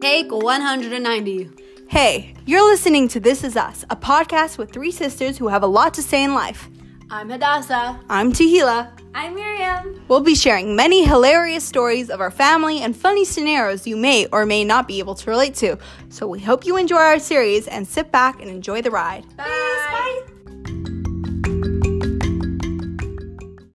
Take 190. Hey, you're listening to This Is Us, a podcast with three sisters who have a lot to say in life. I'm Hadassah. I'm Tahila. I'm Miriam. We'll be sharing many hilarious stories of our family and funny scenarios you may or may not be able to relate to. So we hope you enjoy our series and sit back and enjoy the ride. Bye.